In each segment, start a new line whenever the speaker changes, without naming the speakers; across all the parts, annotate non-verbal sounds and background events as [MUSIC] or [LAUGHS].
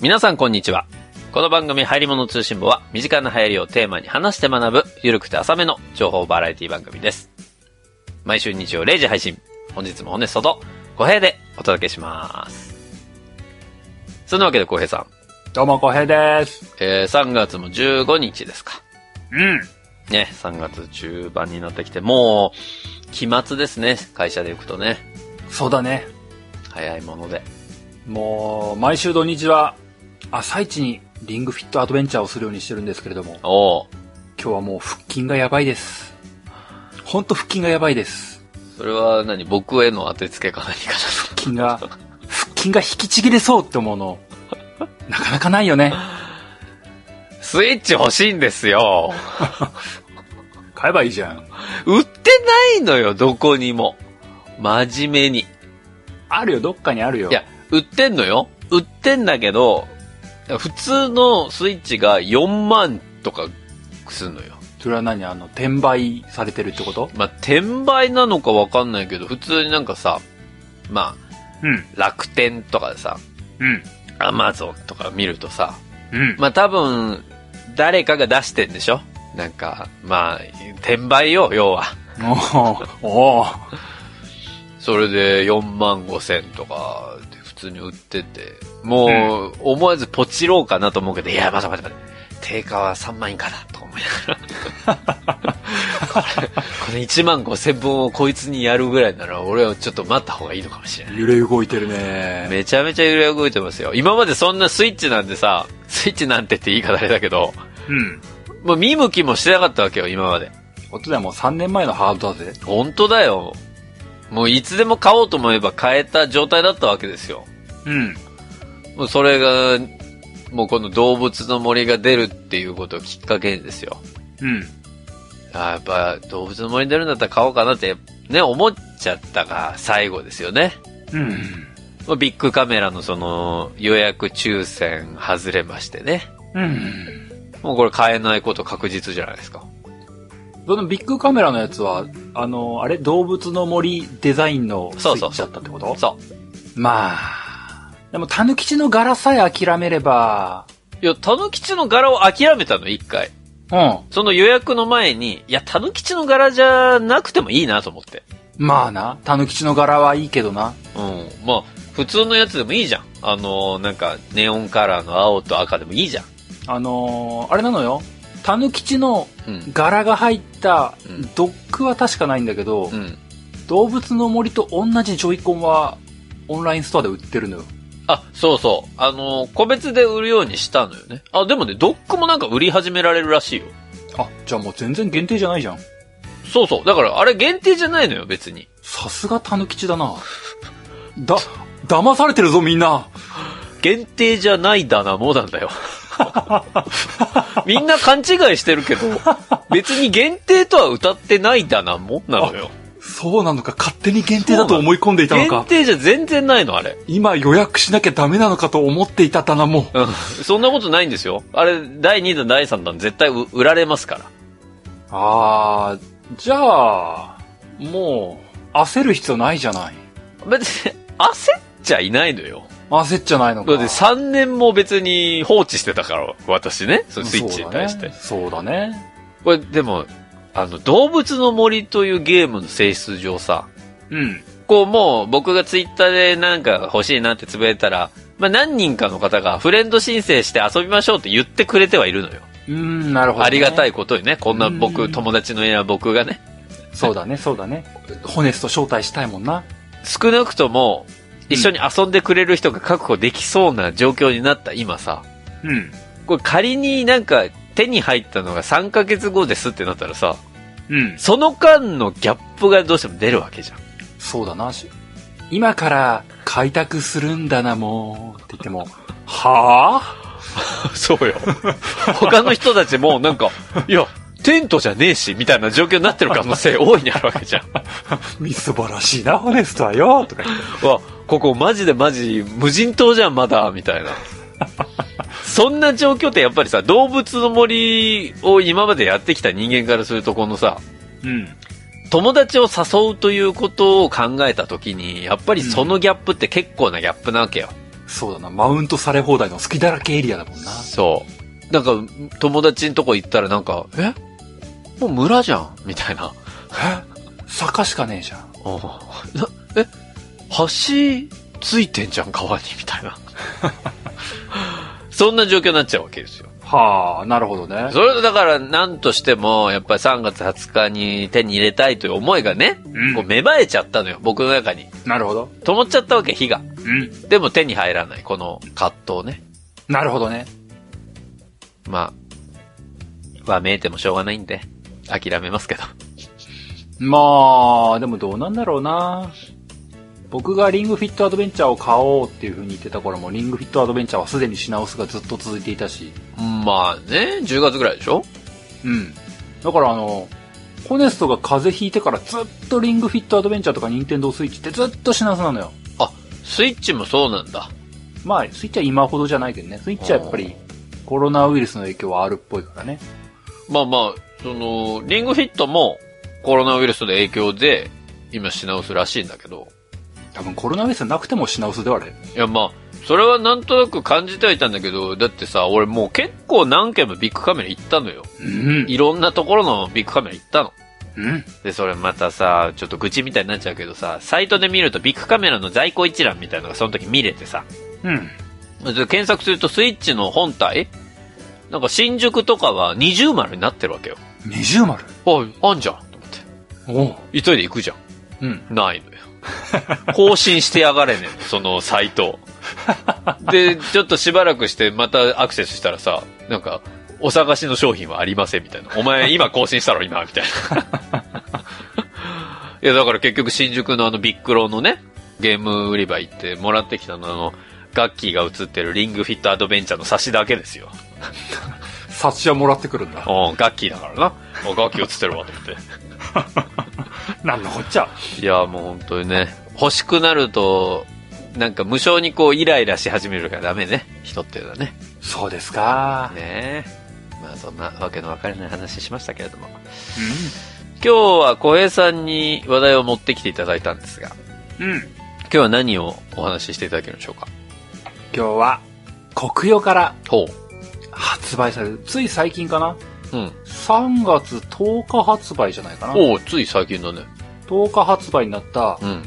皆さんこんにちは。この番組、流行り物通信簿は、身近な流行りをテーマに話して学ぶ、ゆるくて浅めの情報バラエティ番組です。毎週日曜0時配信、本日もオネストと、小平でお届けします。そんなわけで小平さん、
どうも、こへいです。
えー、3月も15日ですか。
うん。
ね、3月中盤になってきて、もう、期末ですね、会社で行くとね、
そうだね。
早いもので。
もう、毎週土日は、朝一にリングフィットアドベンチャーをするようにしてるんですけれども、
おお、
今日はもう腹筋がやばいです。ほんと腹筋がやばいです。
それは何僕への当てつけか何かだ
腹筋 [LAUGHS] が、腹筋が引きちぎれそうって思うの、なかなかないよね。
と。スイッチ欲しいんですよ。
買えばいいじゃん。
売ってないのよ、どこにも。真面目に。
あるよ、どっかにあるよ。
いや、売ってんのよ。売ってんだけど、普通のスイッチが4万とかすんのよ。
それは何あの、転売されてるってこと
まあ、転売なのかわかんないけど、普通になんかさ、ま
うん、
あ、楽天とかでさ、
うん、
アマゾンとか見るとさ、
うん。
まあ、多分、誰かが出してんでしょなんか、まあ、転売よ、要は。
おーおー
それで4万5千とかで普通に売ってて、もう思わずポチろうかなと思うけど、いや、待て待て待て、定価は3万以下だと思いなが [LAUGHS] ら。これ、この1万5千分をこいつにやるぐらいなら、俺はちょっと待った方がいいのかもしれない。
揺れ動いてるね。
めちゃめちゃ揺れ動いてますよ。今までそんなスイッチなんてさ、スイッチなんてって言い方あれだけど、
うん。
もう見向きもしてなかったわけよ、今まで。
おとではもう3年前のハードだぜ。
本当だよ。もういつでも買おうと思えば買えた状態だったわけですよ。
うん。
もうそれが、もうこの動物の森が出るっていうことをきっかけにですよ。
うん。
あーやっぱ動物の森に出るんだったら買おうかなってね、思っちゃったが最後ですよね。
うん。
まあビッグカメラのその予約抽選外れましてね。
うん。
もうこれ買えないこと確実じゃないですか。
そのビッグカメラのやつは、あの、あれ動物の森デザインのスイ
そうそ
ッ
う
チだったってこと
そう。
まあ。でも、タヌキチの柄さえ諦めれば、
いや、タヌキチの柄を諦めたの、一回。
うん。
その予約の前に、いや、タヌキチの柄じゃなくてもいいなと思って。
まあな、タヌキチの柄はいいけどな。
うん。まあ、普通のやつでもいいじゃん。あのー、なんか、ネオンカラーの青と赤でもいいじゃん。
あのーあれなのよ。タヌキチの
うん。
柄が入った
うん
ドックは確かないんだけど、
うん。
動物の森と同じジョイコンは、オンラインストアで売ってるのよ。
あ、そうそう。あのー個別で売るようにしたのよね。あ、でもね、ドックもなんか売り始められるらしいよ。
あ、じゃあもう全然限定じゃないじゃん。
そうそう。だから、あれ限定じゃないのよ、別に。
さすがタヌキチだな。だ、騙されてるぞみんな。
限定じゃないだな、もうなん [LAUGHS] だよ。みんな勘違いしてるけど、別に限定とは歌ってないだな、もなのよ。
そうなのか、勝手に限定だと思い込んでいたの
限
か。
定じゃ全然ないの、あれ。
今予約しなきゃダメなのかと思っていた棚も。
うんそんなことないんですよ。あれ、第2弾、第3弾、絶対う売られますから。
あー、じゃあ、もう、焦る必要ないじゃない。
別に、焦っちゃいないのよ。
焦っちゃないのか。
だって3年も別に放置してたから、私ね。そのスイッチに対して。
そうだね。
これ、でも、あの、動物の森というゲームの性質上さ、
そうだね
こうもう僕がツイッターでなんか欲しいなってつぶやいたら、まあ何人かの方がフレンド申請して遊びましょうって言ってくれてはいるのよ。
うん。うん、なるほど、
ありがた
い。
いことにね、こんな
う
僕、
ん
友達の家は僕がね、
そうだね、そうだね。ホネスト招待したいもんな。
少なくとも一緒に遊んでくれる人が確保できそうな状況になった今さ、
うん。
これ仮になんか手に入ったのが3ヶ月後ですってなったらさ、
うん。
その間のギャップがどうしても出るわけじゃん。
そうだな。し今から開拓するんだな、もう。って言っても、は
[LAUGHS]
ぁ
そうよ。 [LAUGHS] 他の人たちもなんか、いや、テントじゃねえし、みたいな状況になってる可能性 [LAUGHS] 大いにあるわけじゃん。
みすぼらしいな、ホネストはよとか言って。
わ、ここマジでマジ無人島じゃんまだ、みたいな。そんな状況ってやっぱりさ、動物の森を今までやってきた人間からするとこのさ、
うん。
友達を誘うということを考えた時に、やっぱりそのギャップって結構なギャップなわけよ。
そうだな、マウントされ放題の好きだらけエリアだもんな。
そう。なんか、友達のとこ行ったらなんか、えもう村じゃんみたいな。
え坂しかねえじゃん。
おうなえ橋ついてんじゃん、川にみたいな。 [LAUGHS] そんな状況になっちゃうわけですよ。
はあ、なるほどね。
それだから、なんとしても、やっぱり3月20日に手に入れたいという思いがね、
うん
こう芽生えちゃったのよ、僕の中に。
なるほど。
灯っちゃったわけ、火が。
うん。
でも手に入らない、この葛藤ね。
なるほどね。
まあ、は見えてもしょうがないんで、諦めますけど。
まあ、でもどうなんだろうな。僕がリングフィットアドベンチャーを買おうっていう風に言ってた頃も、リングフィットアドベンチャーはすでに品薄がずっと続いていたし。
まあね、10月ぐらいでしょ
うん。だからあの、ホネストが風邪ひいてからずっとリングフィットアドベンチャーとかニンテンドースイッチってずっと品薄なのよ。
スイッチもそうなんだ。
まあ、スイッチは今ほどじゃないけどね。スイッチはやっぱりコロナウイルスの影響はあるっぽいからね。
まあまあ、その、リングフィットもコロナウイルスの影響で、今品薄らしいんだけど。
多分コロナウイルスなくても品薄ではあれ。
いやまあ、それはなんとなく感じてはいたんだけど、だってさ、俺もう結構何件もビッグカメラ行ったのよ。
うん。
いろんなところのビッグカメラ行ったの。
うん。
で、それまたさ、ちょっと愚痴みたいになっちゃうけどさ、サイトで見るとビッグカメラの在庫一覧みたいなのがその時見れてさ、
うん。
で検索するとスイッチの本体なんか新宿とかは二重丸になってるわけよ。
二重丸。
あ、あんじゃんと思って。
おう。
急いで行くじゃ
うん。
ん。ないのよ。更新してやがれねんそのサイト。で、ちょっとしばらくしてまたアクセスしたらさ、なんか、お探しの商品はありませんみたいな。お前今更新したろ今みたいな。いやだから結局新宿のあのビックロのね、ゲーム売り場行ってもらってきたのあの、ガッキーが映ってるリングフィットアドベンチャーの差しだけですよ。
察しはもらってくるんだ。
うん、ガッキーだからな。あガッキー映ってるわと思って。
なんのこっちゃ。
いや、もう本当にね、欲しくなると、なんか無性にこうイライラし始めるからダメね。人っていうのはね。
そうですか。
ねえ。まあそんなわけのわからない話しましたけれども。今日は小平さんに話題を持ってきていただいたんですが、
うん。うん。
今日は何をお話ししていただけるんでしょうか。
今日は、国用から
ほ
発売される。つい最近かな
う。うん。
?3 月10日発売じゃないかな
おうつい最近だね。
?10 日発売になった、
うん。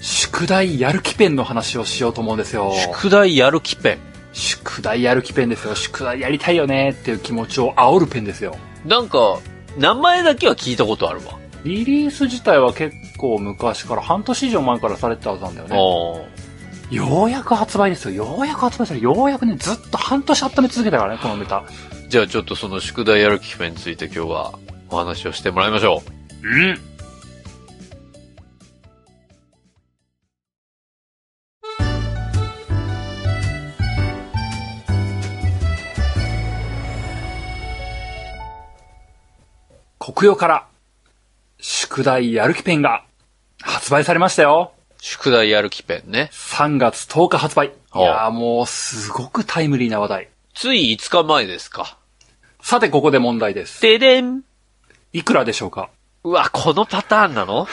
宿題やる気ペンの話をしようと思うんですよ。
宿題やる気ペ
宿題やる気ペンですよ。宿題やりたいよねっていう気持ちを煽るペンですよ。
ン。なんか、名前だけは聞いたことあるわ。
リリース自体は結構昔から、半年以上前からされてたはずなんだよね。
お
ようやく発売ですよ。ようやく発売される。ようやくね、ずっと半年温め続けたからね、このネタ。
じゃあちょっとその宿題やる気ペンについて今日はお話をしてもらいましょう。
うん。国用から、宿題やる気ペンが発売されましたよ。
宿題やる気ペンね。
3月10日発売。い
おう
やーもうすごくタイムリーな話題。
つい5日前ですか。
さてここで問題です。
ででん
いくらでしょうか
うわ、このパターンなの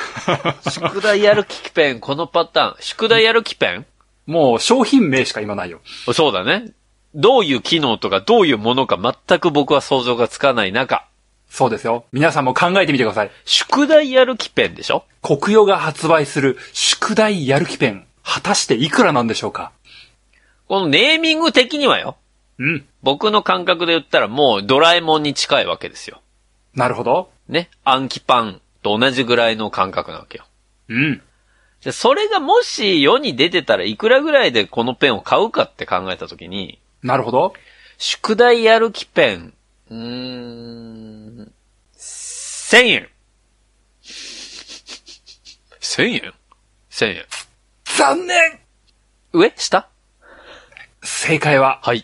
宿題やる気ペン、このパターン。宿題やる気ペ
もう商品名しか今ないよ。
ンそうだね。どういう機能とかどういうものか全く僕は想像がつかない中、
そうですよ。皆さんも考えてみてください。
宿題やる気ペンでしょ
国用が発売する宿題やる気ペン、果たしていくらなんでしょうか
このネーミング的にはよ。
うん。
僕の感覚で言ったらもうドラえもんに近いわけですよ。
なるほど。
ね。暗記パンと同じぐらいの感覚なわけよ。
うん。
で、それがもし世に出てたらいくらぐらいでこのペンを買うかって考えたときに、
なるほど。
宿題やる気ペン、うーん、1000円。1000円 ?1000 円。
残念
上下
正解は、
はい。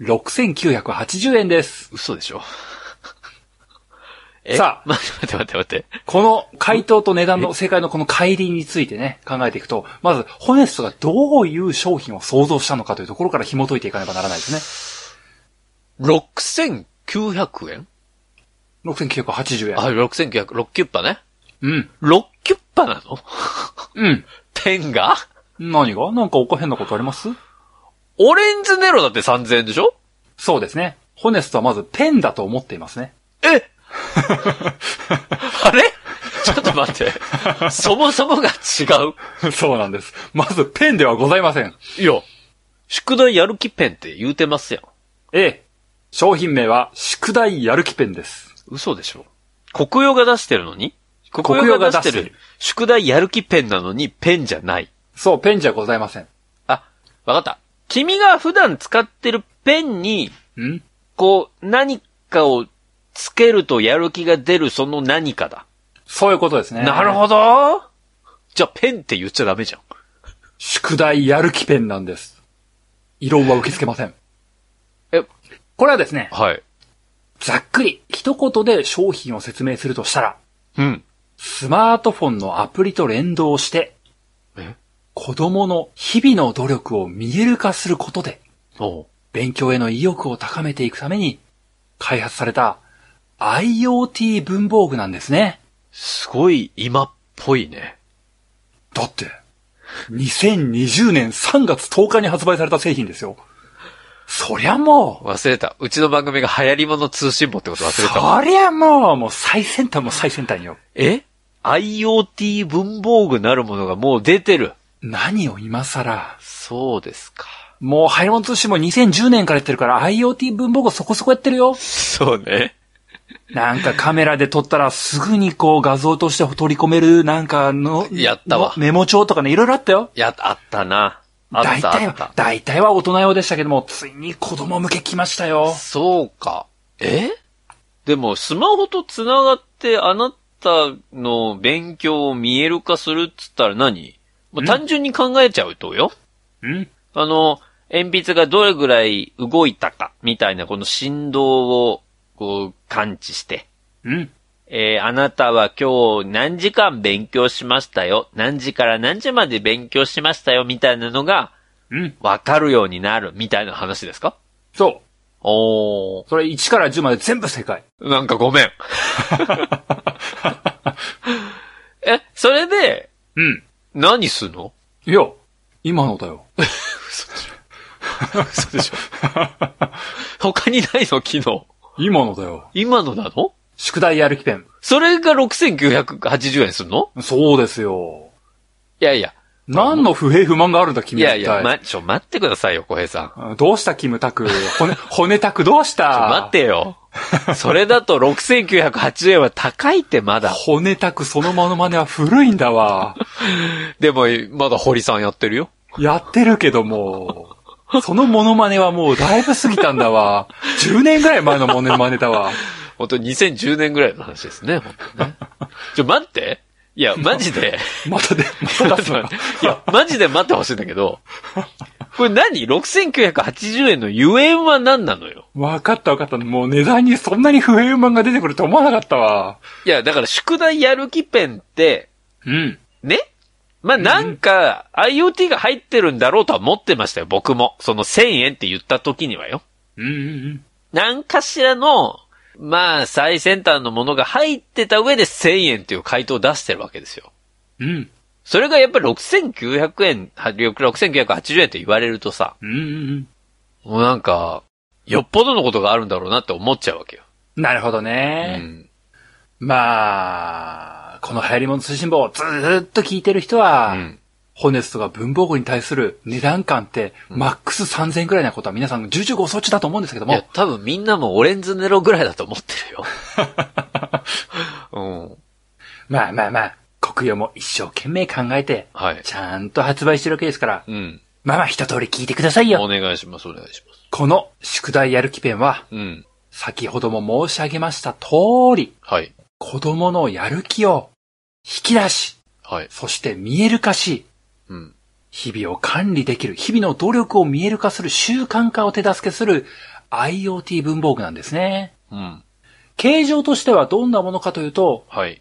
6980円です。
嘘で [LAUGHS] しょ
さあ
待って待って待って待って。
この回答と値段の、正解のこの乖離についてね、考えていくと、まず、ホネストがどういう商品を想像したのかというところから紐解いていかねばならないですね。
6900円
6980円。
あ、6900、6キュッパね。
うん。
6キュッパなの
うん。
[LAUGHS] ペンが
何がなんかおかへんなことあります
オレンズネロだって3000円でしょ
そうですね。ホネストはまずペンだと思っていますね。
え [LAUGHS] あれちょっと待って。そもそもが違う。
[LAUGHS] そうなんです。まずペンではございません。
いや、宿題やる気ペンって言うてますやん。
ええ。商品名は、宿題やる気ペンです。
嘘でしょ国用が出してるのに
国用が出してる
宿題やる気ペンなのにペンじゃない。
そう、ペンじゃございません。
あ、わかった。君が普段使ってるペンに、
ん
こう、何かをつけるとやる気が出るその何かだ。
そういうことですね。
なる
ど。
ほど。じゃあペンって言っちゃダメじゃん。
宿題やる気ペンなんです。異論は受け付けません。
え、
これはですね、
はい。
ざっくり、一言で商品を説明するとしたら、
うん。
スマートフォンのアプリと連動して、
え
子供の日々の努力を見える化することで、
おう
勉強への意欲を高めていくために、開発された IoT 文房具なんですね。
すごい今っぽいね。
だって、2020年3月10日に発売された製品ですよ。そりゃも
忘れた。うちの番組が流行り物通信簿ってこと
う、
忘れたわ。
そりゃもう、もう最先端も最先端よ。
え ?IoT 文房具なるものがもう出てる。
何を今更。
そうですか。
もう、ハイロン通信も2010年からやってるから IoT 文房具そこそこやってるよ。
そうね。
なんかカメラで撮ったらすぐにこう画像として取り込める、なんかの、
やったわ
のメモ帳とかね、いろいろあったよ。
いや、あったな。あっ
大
た
体
あっ
は
た、。
大体は大人用でしたけども、ついに子供向け来ましたよ。
そうか。えでも、スマホと繋がってあなたの勉強を見える化するっつったら何もうん単純に考えちゃうとよ。
うん
あの、鉛筆がどれぐらい動いたか、みたいなこの振動を、こう、感知して。
うん
えーあなたは今日何時間勉強しましたよ。何時から何時まで勉強しましたよ、みたいなのが、
うん
わかるようになる、みたいな話ですか
そう。
おー。
それ1から10まで全部
[LAUGHS]
正解。
なんかごめん。え、それで、
うん。
何すんの
いや、今のだよ。
嘘でしょ。他にないの機能。
[LAUGHS] 今のだよ。
今のなの
宿題やる気ペン。
それが6980円すんの
そうですよ。
いやいや。
何の不平不満があるんだ、
い
君は
や
一体。
いや、ま、ちょ、待ってくださいよ、小平さん。ち
どうした、キムタク。骨、骨タクどうし
ょ、
た
待って [LAUGHS] よ。それだと6980円は高いってまだ。
骨タクそのモノマネは古いんだわ。
でも、まだ堀さんやってるよ。
やってるけども、そのモノマネはもうだいぶ過ぎたんだわ。10年ぐらい前のモノマネだわ。
本当に2010年ぐらいの話ですね、本当にね。 [LAUGHS] ちょ、待って。いや、マジで。
またで、また出
[LAUGHS]
すのか
いや、マジで待ってほしいんだけど、これ何 ?6980 円のゆえんは何なのよ
わかったわかった。もう値段にそんなに不平不満が出てくると思わなかったわ。
いや、だから宿題やる気ペンって、
うん。
ねまあ、なんか、IoT が入ってるんだろうとは思ってましたよ、僕も。その1000円って言った時にはよ。
うんうん
なんかしらの、まあ、最先端のものが入ってた上で1000円っていう回答を出してるわけですよ。
うん。うん。
それがやっぱり6900円、は6980円って言われるとさ、
うんうん
もうなんか、よっぽどのことがあるんだろうなって思っちゃうわけよ。
うん。なるほど
う
ね。
ん。
まあ、この流行り物通信簿をずーっと聞いてる人
う
は、
ん。
ホネストが文房具に対する値段感って、マックス3000円くらいなことは皆さん重々ご承知だと思うんですけど
いや
も、、
多分みんなもオレンズネロぐらいだと思ってる
[LAUGHS]
よ。
まあまあまあ、国用も一生懸命考えて、
うん。はい。
ちゃんと発売してるわけですから、
うん。
まあまあ一通り聞いてください
お
よ。
願いします、お願いします。
この宿題やる気ペンは、
うん。
先ほども申し上げました通り、
はい。
子供のやる気を引き出し、
はい。
そして見える化し、
うん。
日々を管理できる、日々の努力を見える化する習慣化を手助けする IoT 文房具なんですね。
うん。
形状としてはどんなものかというと、
はい。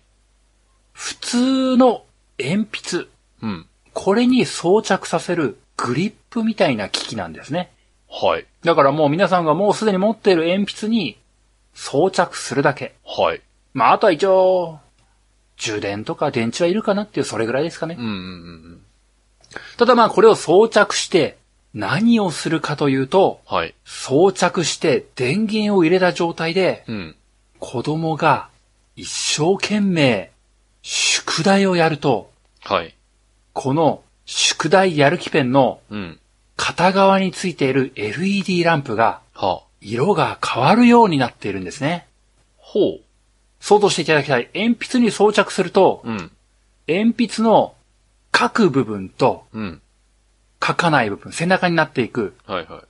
普通の鉛筆、
うん。
これに装着させるグリップみたいな機器なんですね。
はい。
だからもう皆さんがもうすでに持っている鉛筆に装着するだけ。
はい。
まあ、あとは一応、充電とか電池はいるかなっていうそれぐらいですかね
う。んうんうんうん。
ただまあこれを装着して何をするかというと、
はい。
装着して電源を入れた状態で
うん。
子供が一生懸命宿題をやると、
はい。
この宿題やる気ペンの
うん。
片側についている LED ランプが
はあ。
色が変わるようになっているんですね。
ほ
想像していただきたい。鉛筆に装着すると、
う。うん。
鉛筆の書く部分と
うん。
書かない部分、背中になっていく、
はいは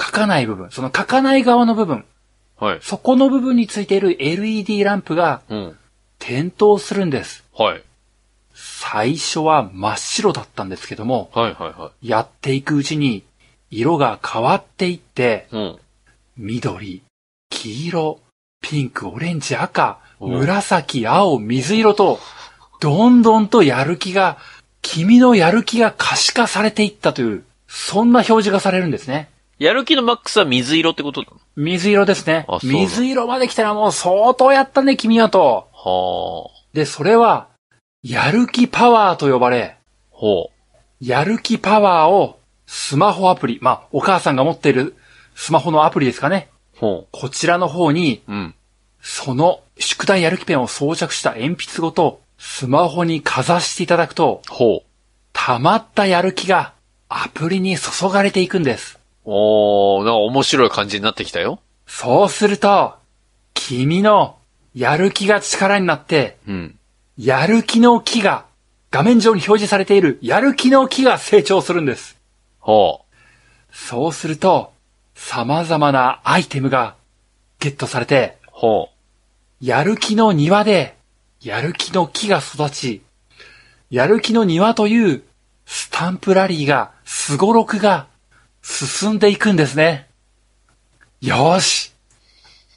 書かない部分、その書かない側の部分、
い。はい。
そこの部分についている LED ランプが
うん。
点灯するんです。
はい。
最初は真っ白だったんですけども、
はいはいは
やっていくうちに色が変わっていって、
い。うん。
緑、黄色、ピンク、オレンジ、赤、
おう
紫、青、水色と、どんどんとやる気が、君のやる気が可視化されていったという、そんな表示がされるんですね。
やる気のマックスは水色ってことな
水色ですね
あ。そうだ
水色まで来たらもう相当やったね、君はと。
のはあ。
で、それは、やる気パワーと呼ばれ、
ほ
やる気パワーをスマホアプリ、まあ、お母さんが持っているスマホのアプリですかね。
う。ほ
こちらの方に
う。うん。
その宿題やる気ペンを装着した鉛筆ごとスマホにかざしていただくと、
ほう。
溜まったやる気がアプリに注がれていくんです。
おー、なんか面白い感じになってきたよ。
そうすると、君のやる気が力になって、
うん。
やる気の木が画面上に表示されているやる気の木が成長するんです。
ほ
そうすると、様々なアイテムがゲットされて、
う。ほ
やる気の庭で、やる気の木が育ち、やる気の庭というスタンプラリーが、すごろくが進んでいくんですね。よーし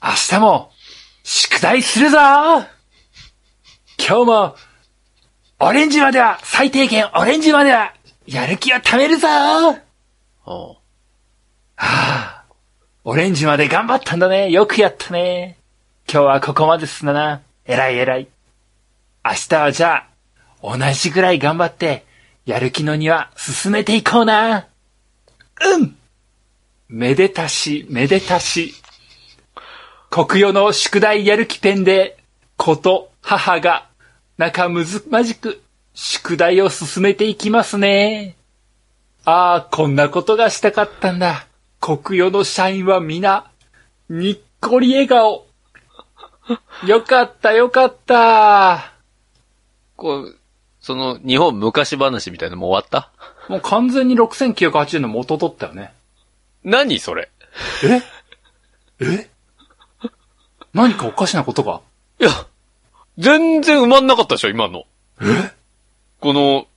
明日も宿題するぞ今日もオレンジまでは、最低限オレンジまでは、やる気を貯めるぞ
う。ほう。
オレンジまで頑張ったんだね。よくやったね。今日はここまで進んだな。偉い偉い。明日はじゃあ、同じぐらい頑張って、やる気の庭進めていこうな。うんめでたし、めでたし。国用の宿題やる気ペンで、子と母が、仲むずまじく、宿題を進めていきますね。ああ、こんなことがしたかったんだ。国用の社員は皆、にっこり笑顔。よかった、よかった。
こう、その、日本昔話みたいなのもう終わった
もう完全に6980円の元取ったよね。
何それ
ええ何かおかしなことが
いや、全然埋まんなかったでしょ、今の。
え
この、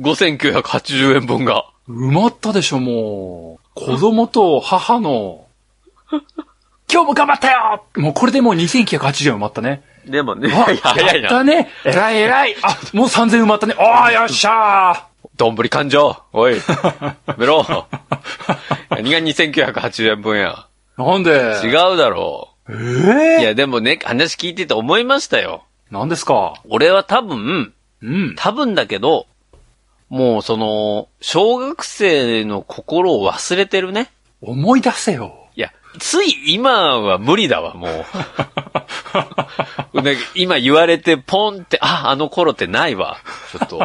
5980円分が。
埋まったでしょ、もう。子供と母の。今日も頑張ったよもうこれでもう2980円埋まったね。
でもね、
あやった。ね。えらいえらい。あ、もう3000埋まったね。おー、よっしゃ
どんぶり勘定おい。やめろ。何が2980円分や。
ー。なんで
違うだろ
え
う。
ー
いや、でもね、話聞いてて思いましたよ。
何ですか
俺は多分、
うん。
多分だけど、もうその、小学生の心を忘れてるね。
思い出せよ。
いや、つい今は無理だわ、もう。なんか今言われてポンって、あ、あの頃ってないわ。ちょっと、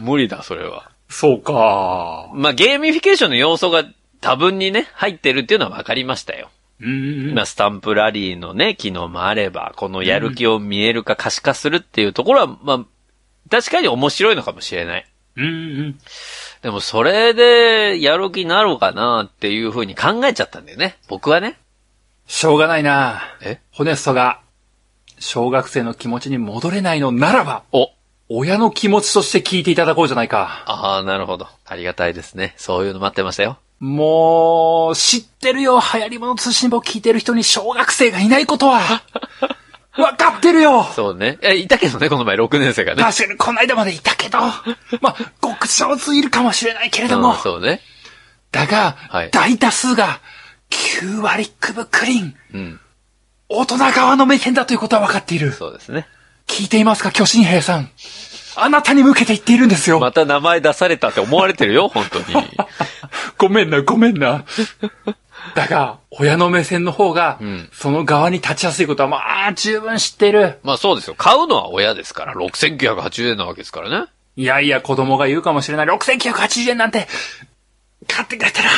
無理だ、それは。
そうか。
まあ、ゲーミフィケーションの要素が多分にね、入ってるっていうのは分かりましたよ。
うん
まあ、スタンプラリーのね、機能もあれば、このやる気を見える化、可視化するっていうところは、まあ、確かに面白いのかもしれない。
うんうん。
でも、それで、やる気になろうかなっていうふうに考えちゃったんだよね。僕はね。
しょうがないな。
え
ホネストが、小学生の気持ちに戻れないのならば、
お、
親の気持ちとして聞いていただこうじゃないか。
ああ、なるほど。ありがたいですね。そういうの待ってましたよ。
もう、知ってるよ。流行り物通信簿聞いてる人に小学生がいないこと
[LAUGHS]
は。わかってるよ。
そうね。え、いたけどね、この前6年生がね。
確かにこの間までいたけど、まあ、極少数いるかもしれないけれども
うん、そうね。
だが、
はい
大多数が9割くぶくりん、
うん。
大人側の目線だということは分かっている。
そうですね。
聞いていますか、巨神兵さん。あなたに向けて言っているんですよ。
また名前出されたって思われてるよ、本当に。
ごめんな、ごめんな。だが、親の目線の方が、
うん
その側に立ちやすいことは、まあ、十分知っている。
まあそうですよ。買うのは親ですから。6980円なわけですからね。
いやいや、子供が言うかもしれない。6980円なんて、買ってくれたら、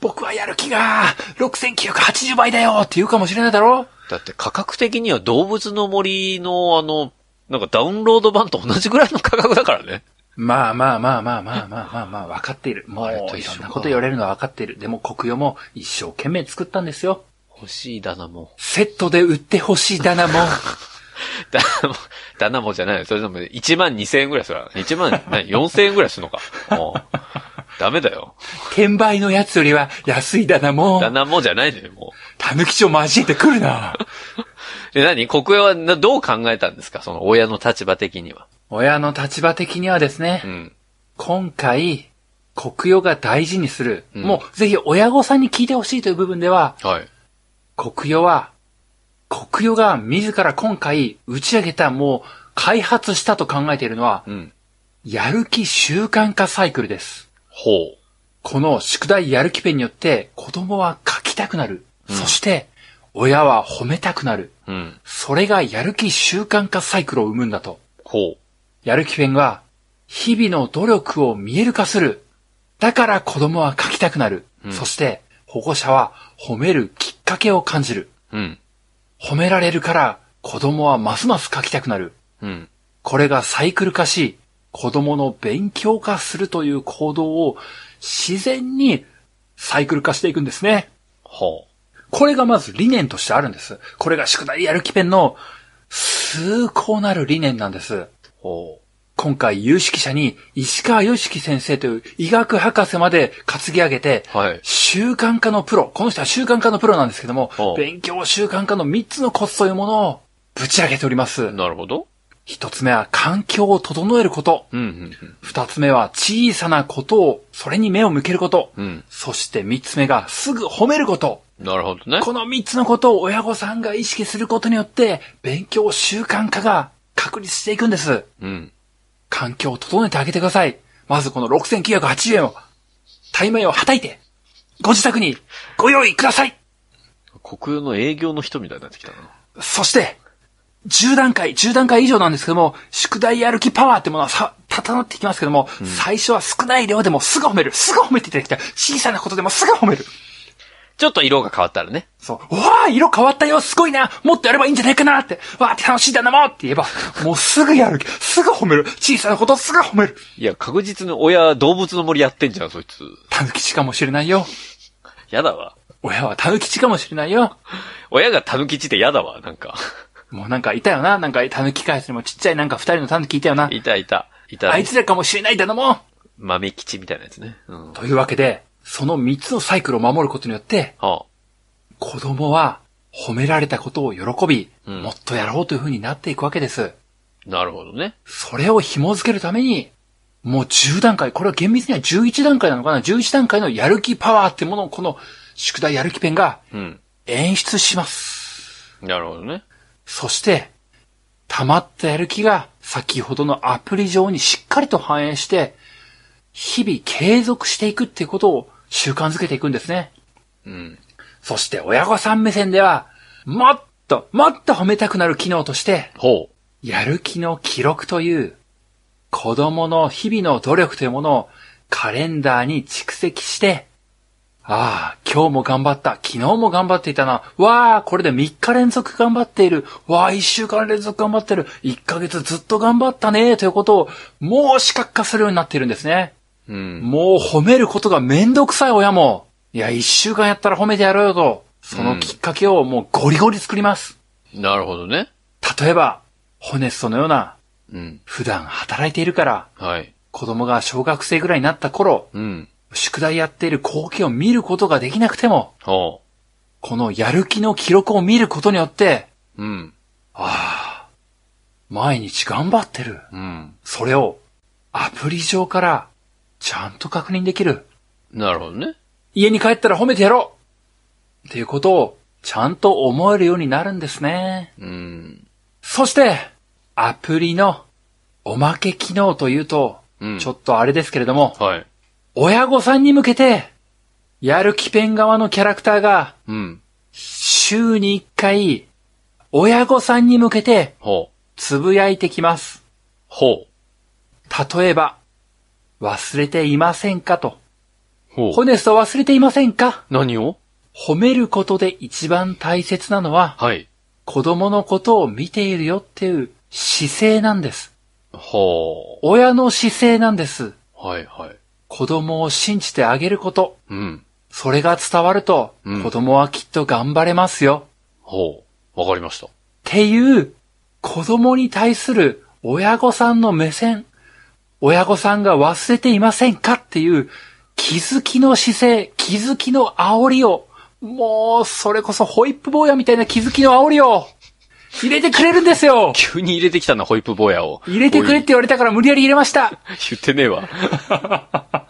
僕はやる気が、6980倍だよって言うかもしれないだろ
だって価格的には動物の森のあの、なんかダウンロード版と同じぐらいの価格だからね。
まあまあまあまあまあまあまあまあ、わかっている。も
あれと
う、い
一緒
ろ
か
んなこと言われるのはわかっている。でも、国用も一生懸命作ったんですよ。
欲しいだなも
セットで売ってほしい棚
う。
も、
だなも、だなもじゃないよ。それでも1万2000円ぐらいするわ。1万、何4000円ぐらいするのか。もう。ダメだよ。
転売のやつよりは安い棚も
だ、なもじゃないのよ、も
たぬきちょ交えてくるな。
う。で、何国営はなどう考えたんですかその親の立場的には。
親の立場的にはですね、
うん。
今回、国用が大事にする、
うん
もうぜひ親御さんに聞いてほしいという部分では、
はい。
国用は、国用が自ら今回打ち上げた、もう開発したと考えているのは、
うん。
やる気習慣化サイクルです。
ほう。
この宿題やる気ペンによって子供は書きたくなる。そして、親は褒めたくなる。
うん。
それがやる気習慣化サイクルを生むんだと。
ほう。
やる気ペンは、日々の努力を見える化する。だから子供は書きたくなる。
うん
そして、保護者は褒めるきっかけを感じる。
うん。
褒められるから、子供はますます書きたくなる。
うん。
これがサイクル化し、子供の勉強化するという行動を自然にサイクル化していくんですね。
ほ
これがまず理念としてあるんです。これが宿題やる気ペンの崇高なる理念なんです。
う。ほう。
今回有識者に石川良樹先生という医学博士まで担ぎ上げて、
はい。
習慣化のプロ、この人は習慣化のプロなんですけども
お、う
勉強習慣化の3つのコツというものをぶち上げております。
なるほど。
1つ目は環境を整えること。
うん。うん
2つ目は小さなことを、それに目を向けること。
うん。
そして3つ目がすぐ褒めること。
うん。なるほどね。
この3つのことを親御さんが意識することによって、勉強習慣化が確立していくんです。
うん。
環境を整えてあげてください。まずこの6980円を、タイ米をはたいて、ご自宅にご用意ください
国有の営業の人みたいになってきたな。
そして、10段階、10段階以上なんですけども、宿題やる気パワーってものはさ、たっていきますけども、最初は少ない量でもすぐ褒める。すぐ褒めていただきたい。小さなことでもすぐ褒める。
ちょっと色が変わったらね。
そう。うわあ、色変わったよ、すごいな、もっとやればいいんじゃないかなって、わあ、楽しいだなもうって言えば、もうすぐやる気、すぐ褒める。小さなことすぐ褒める。
いや、確実に親、動物の森やってんじゃん、そいつ。
たぬきちかもしれないよ。
やだわ。
親はたぬきちかもしれないよ。
親が狸地ってやだわ、なん [LAUGHS] か。も
もうなんかいたよな。なんかタヌキ開発にもちっちゃいなんか二人のタヌキいたよな
う。いたいた。いた。
あいつらかもしれないだなもん
豆吉みたいなやつね。うん。は
というわけで、その三つのサイクルを守ることによって、
あ。
子供は褒められたことを喜び、
うん
もっとやろうという風になっていくわけです。
なるほどね。
それを紐づけるために、もう10段階、これは厳密には11段階なのかな ?11 段階のやる気パワーってものをこの宿題やる気ペンが
うん。
演出します。
なるほどね。
そして、溜まったやる気が先ほどのアプリ上にしっかりと反映して、日々継続していくっていうことを習慣づけていくんですね。
うん。
そして親御さん目線では、もっと、もっと褒めたくなる機能として、
ほ
やる気の記録という、子供の日々の努力というものをカレンダーに蓄積して、ああ、今日も頑張った。昨日も頑張っていたな。わあ、これで3日連続頑張っている。わあ、1週間連続頑張ってる。1ヶ月ずっと頑張ったね。ということを、もう視覚化するようになっているんですね。
う。うん。
もう褒めることがめんどくさい親も。いや、1週間やったら褒めてやろうよと。そのきっかけをもうゴリゴリ作ります。
なるほどね。
例えば、ホネストのような
うん。
普段働いているから、
はい。
子供が小学生ぐらいになった頃、
うん。
宿題やっている光景を見ることができなくても、
ほ
このやる気の記録を見ることによって、
う。うん。
ああ、毎日頑張ってる。
うん。
それをアプリ上からちゃんと確認できる。
なるほどね。
家に帰ったら褒めてやろうっていうことをちゃんと思えるようになるんですね。
うん。
そして、アプリのおまけ機能というと、
うん
ちょっとあれですけれども、
はい。
親御さんに向けて、やる気ペン側のキャラクターが、
うん。
週に1回、親御さんに向けて、
ほう。
つぶやいてきます。
ほう。
例えば、忘れていませんかと。
ほ
ホネスト忘れていませんか
何を
褒めることで一番大切なのは、
はい。
子供のことを見ているよっていう姿勢なんです。
ほ
親の姿勢なんです。
う。はいはい。
子供を信じてあげること。
うん。
それが伝わると、
うん
子供はきっと頑張れますよ。
ほう。わかりました。
っていう、子供に対する親御さんの目線。親御さんが忘れていませんかっていう、気づきの姿勢、気づきの煽りを、もう、それこそホイップ坊やみたいな気づきの煽りを、入れてくれるんですよ
[LAUGHS] 急に入れてきたな、ホイップ坊やを。
入れてくれって言われたから無理やり入れました
おい。言ってねえわ。 [LAUGHS]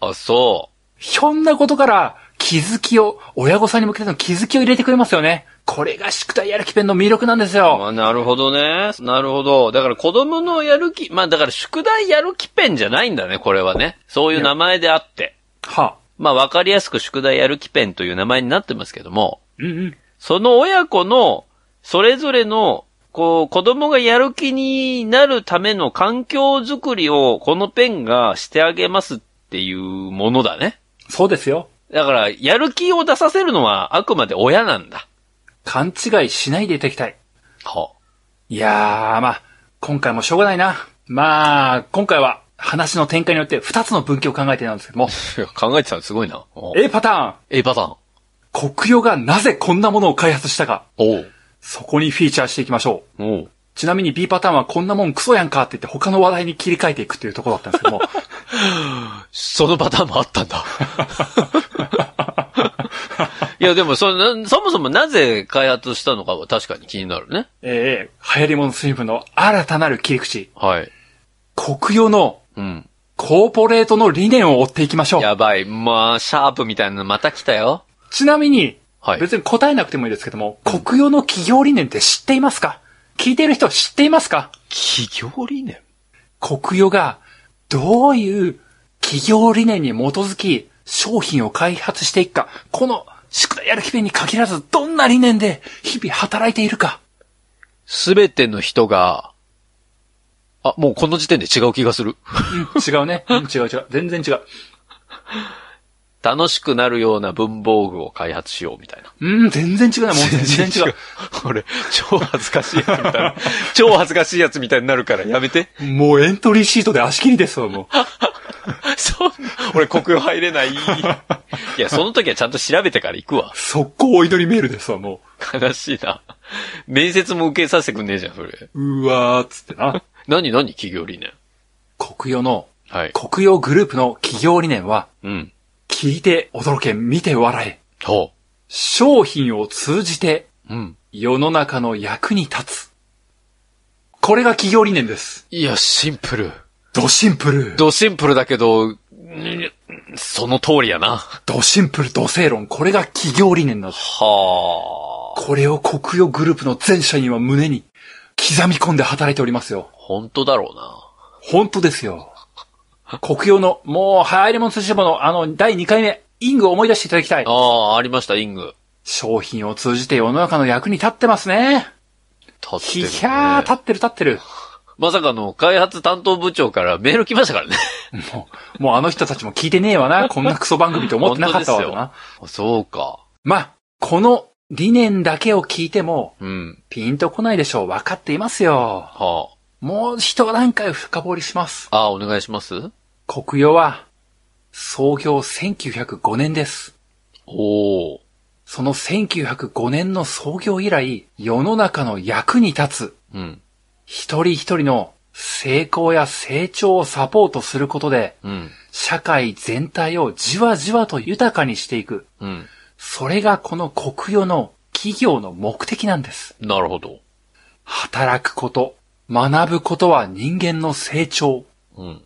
あ、そ
ひょんなことから気づきを、親御さんに向けての気づきを入れてくれますよね。これが宿題やる気ペンの魅力なんです
う。
よ。
まあ、なるほどね。なるほど。だから子供のやる気、まあだから宿題やる気ペンじゃないんだね、これはね。そういう名前であって。
はあ、
まあわかりやすく宿題やる気ペンという名前になってますけども、
うんうん。
その親子の、それぞれの、こう、子供がやる気になるための環境づくりを、このペンがしてあげますっていうものだね。
そうですよ。
だから、やる気を出させるのは、あくまで親なんだ。
勘違いしないでいただきたい。
はい
やー、まあ、今回もしょうがないな。まあ、今回は話の展開によって2つの分岐を考えてなんですけども、
あ、考えてたのすごいな。お
A パタ
A パターン。
ーン、国用がなぜこんなものを開発したか、
おう。
そこにフィーチャーしていきましょう。
おう。
ちなみに B パターンはこんなもんクソやんかって言って他の話題に切り替えていくっていうところだったんですけ
[LAUGHS]
ども、
そのパターンもあったん [LAUGHS] だ。いや、でも、その、そもそもなぜ開発したのかは確かに気になるね。
えー、流行り物スイムの新たなる切り口、
はい。
国用の
うん。
コーポレートの理念を追っていきましょう。
やばい。まあ、シャープみたいなのまた来たよ。
ちなみに、
はい。
別に答えなくてもいいですけども、国用の企業理念って知っていますか聞いている人知っていますか
企業理念
国用がどういう企業理念に基づき商品を開発していくか、この宿題やる気ペンに限らずどんな理念で日々働いているか。
すべての人が、あ、もうこの時点で違う気がする。 [LAUGHS]
違うね。うん違う違う。全然違う。
楽しくなるような文房具を開発しようみたいな。
うん、全然違うな。もう全然違う。。
これ、超恥ずかしいやつみたいな。 [LAUGHS] 超恥ずかしいやつみたいになるからやめて。
もうエントリーシートで足切りですわ、もう。
[LAUGHS] そう、俺国用入れ [LAUGHS] ない。いや、その時はちゃんと調べてから行くわ。
速攻お祈りメールですわ、も
悲しいな。面接も受けさせてくんねえじゃん、それ。
う。うわー、つってな。
何何企業理念。
国用の、
はい。
国用グループの企業理念は、
うん。
聞いて驚け、見て笑え。
ほ
商品を通じて
う。うん。
世の中の役に立つ。これが企業理念です。
いや、シンプル。
ドシンプル。
ドシンプルだけど、んその通りやな。
ドシンプル、ド正論。これが企業理念なんです。
はあ。
これを国用グループの全社員は胸に刻み込んで働いておりますよ。
本当だろうな。
本当ですよ。国用の、もう、入り物寿司もの、あの、第2回目、イングを思い出していただきたい
あ。あ、ありました、イング。
商品を通じて世の中の役に立ってますね。
立って
ひ
る、ね。
ゃー、立ってる立ってる。
まさかの開発担当部長からメール来ましたからね。 [LAUGHS]
もう、もうあの人たちも聞いてねえわな。こんなクソ番組と思ってなかったわ
本当ですよ
な。
あそうか。
まあ、この理念だけを聞いても、
うん。
ピンとこないでしょう。分かっていますよ。
は
もう一段階深掘りします。
あ。ああ、お願いします
国用は、創業1905年です。
おお。
その1905年の創業以来、世の中の役に立つ、
うん。
一人一人の成功や成長をサポートすることで、
うん。
社会全体をじわじわと豊かにしていく。
うん。
それがこの国用の企業の目的なんです。
なるほど。
働くこと、学ぶことは人間の成長、
うん。